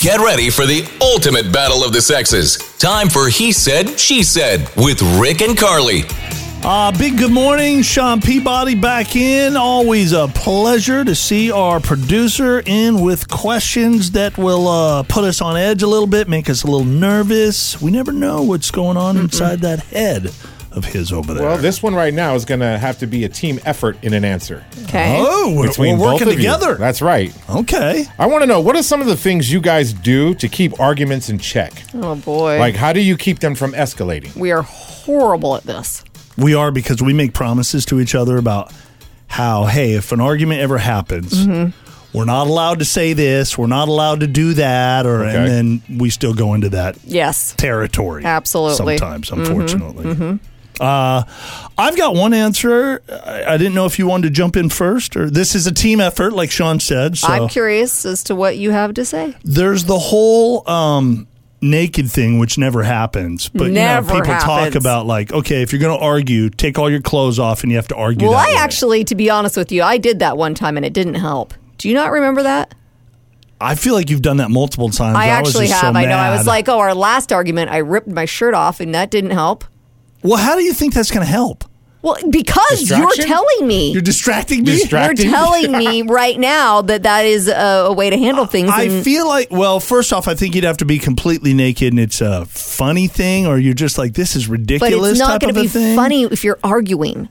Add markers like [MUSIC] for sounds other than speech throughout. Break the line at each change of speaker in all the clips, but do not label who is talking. Get ready for the ultimate battle of the sexes. Time for He Said, She Said with Rick and Carly.
Uh, big good morning, Sean Peabody back in. Always a pleasure to see our producer in with questions that will uh, put us on edge a little bit, make us a little nervous. We never know what's going on inside that head of his over there.
Well, this one right now is going to have to be a team effort in an answer.
Okay.
oh, we're,
Between
we're working
both of you.
together.
That's right.
Okay.
I want to know what are some of the things you guys do to keep arguments in check?
Oh boy.
Like, how do you keep them from escalating?
we are horrible at this.
We are because we make promises to each other about how, hey, if an argument ever happens,
Mm-hmm.
we're not allowed to say this, we're not allowed to do that, or
Okay.
and then we still go into that
Yes.
territory.
Absolutely. Mm-hmm.
Sometimes, unfortunately. Uh, I've got one answer. I, I didn't know if you wanted to jump in first, or this is a team effort, like Sean said. So
I'm curious as to what you have to say.
there's the whole um, naked thing, which never happens. But
Never
you know, people talk
happens.
about like, okay, if you're going to argue, take all your clothes off, and you have to argue.
Well,
that
I
way.
actually, to be honest with you, I did that one time and it didn't help. Do you not remember that?
I feel like you've done that multiple times.
I actually
was just so
have. I know. I was
mad.
like, oh, our last argument, I ripped my shirt off and that didn't help.
well, how do you think that's going to help?
Well, because you're
Distraction?
telling me.
You're distracting me.
Distract-
You're
distracting. [LAUGHS]
telling
[LAUGHS]
me right now that that is a, a way to handle things.
I
and-
feel like, well, first off, I think you'd have to be completely naked and it's a funny thing, or you're just like, this is
but
ridiculous
it's
type
not going
of
to
a
be
thing.
funny if you're arguing.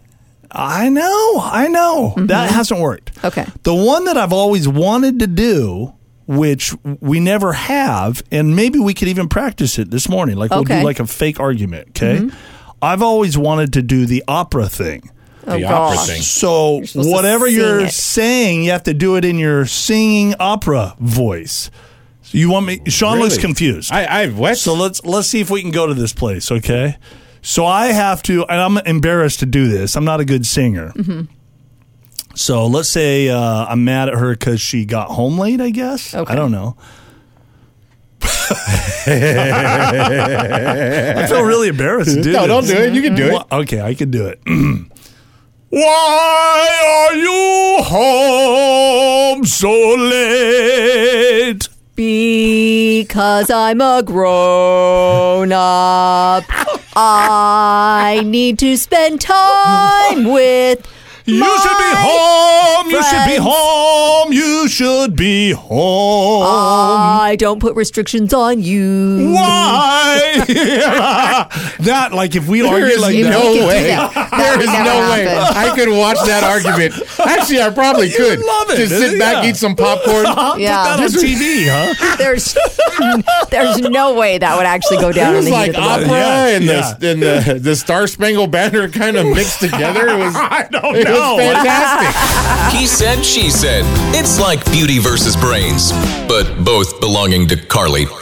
I know, I know. That hasn't worked.
Mm-hmm. Okay.
The one that I've always wanted to do, which we never have, and maybe we could even practice it this morning. Like we'll
Okay. Mm-hmm.
do like a fake argument, okay? I've always wanted to do the opera thing.
Oh,
The opera
gosh.
thing.
So
supposed to
whatever
sing
you're
it.
saying, you have to do it in your singing opera voice. So you want me? Sean looks
Really?
confused.
I, I what? [LAUGHS]
So let's let's see if we can go to this place, okay? So I have to, and I'm embarrassed to do this. I'm not a good singer.
Mm-hmm.
So let's say uh, I'm mad at her because she got home late. I guess
Okay.
I don't
[LAUGHS]
know. I feel really embarrassed. to
no, don't do it. You can do it.
Wha- Okay, I can do it. [CLEARS THROAT] Why are you home so late?
Because I'm a grown up. I need to spend time with
You should be home. You should be
friends.
home. You should be home.
I don't put restrictions on you.
Why? [LAUGHS] that like if we
There
argue
is
like
You
that.
know, we
no
could do
way.
[LAUGHS]
that. That
There
would
is
never
no way
happen.
I could watch that argument. Actually, I probably
You
could.
would love it,
Just sit
yeah.
back, eat
[LAUGHS]
some popcorn.
Huh?
Yeah.
Put that on TV, huh?
There's there's no way that would actually go
It
down in
was
the heat
like
of the moment.
opera
Yeah,
and,
yeah.
The, and the the Star Spangled Banner kind of mixed together. It
[LAUGHS]
was
I don't
it
know.
was fantastic.
He said, she said. It's like beauty versus brains, but both belonging to Carly.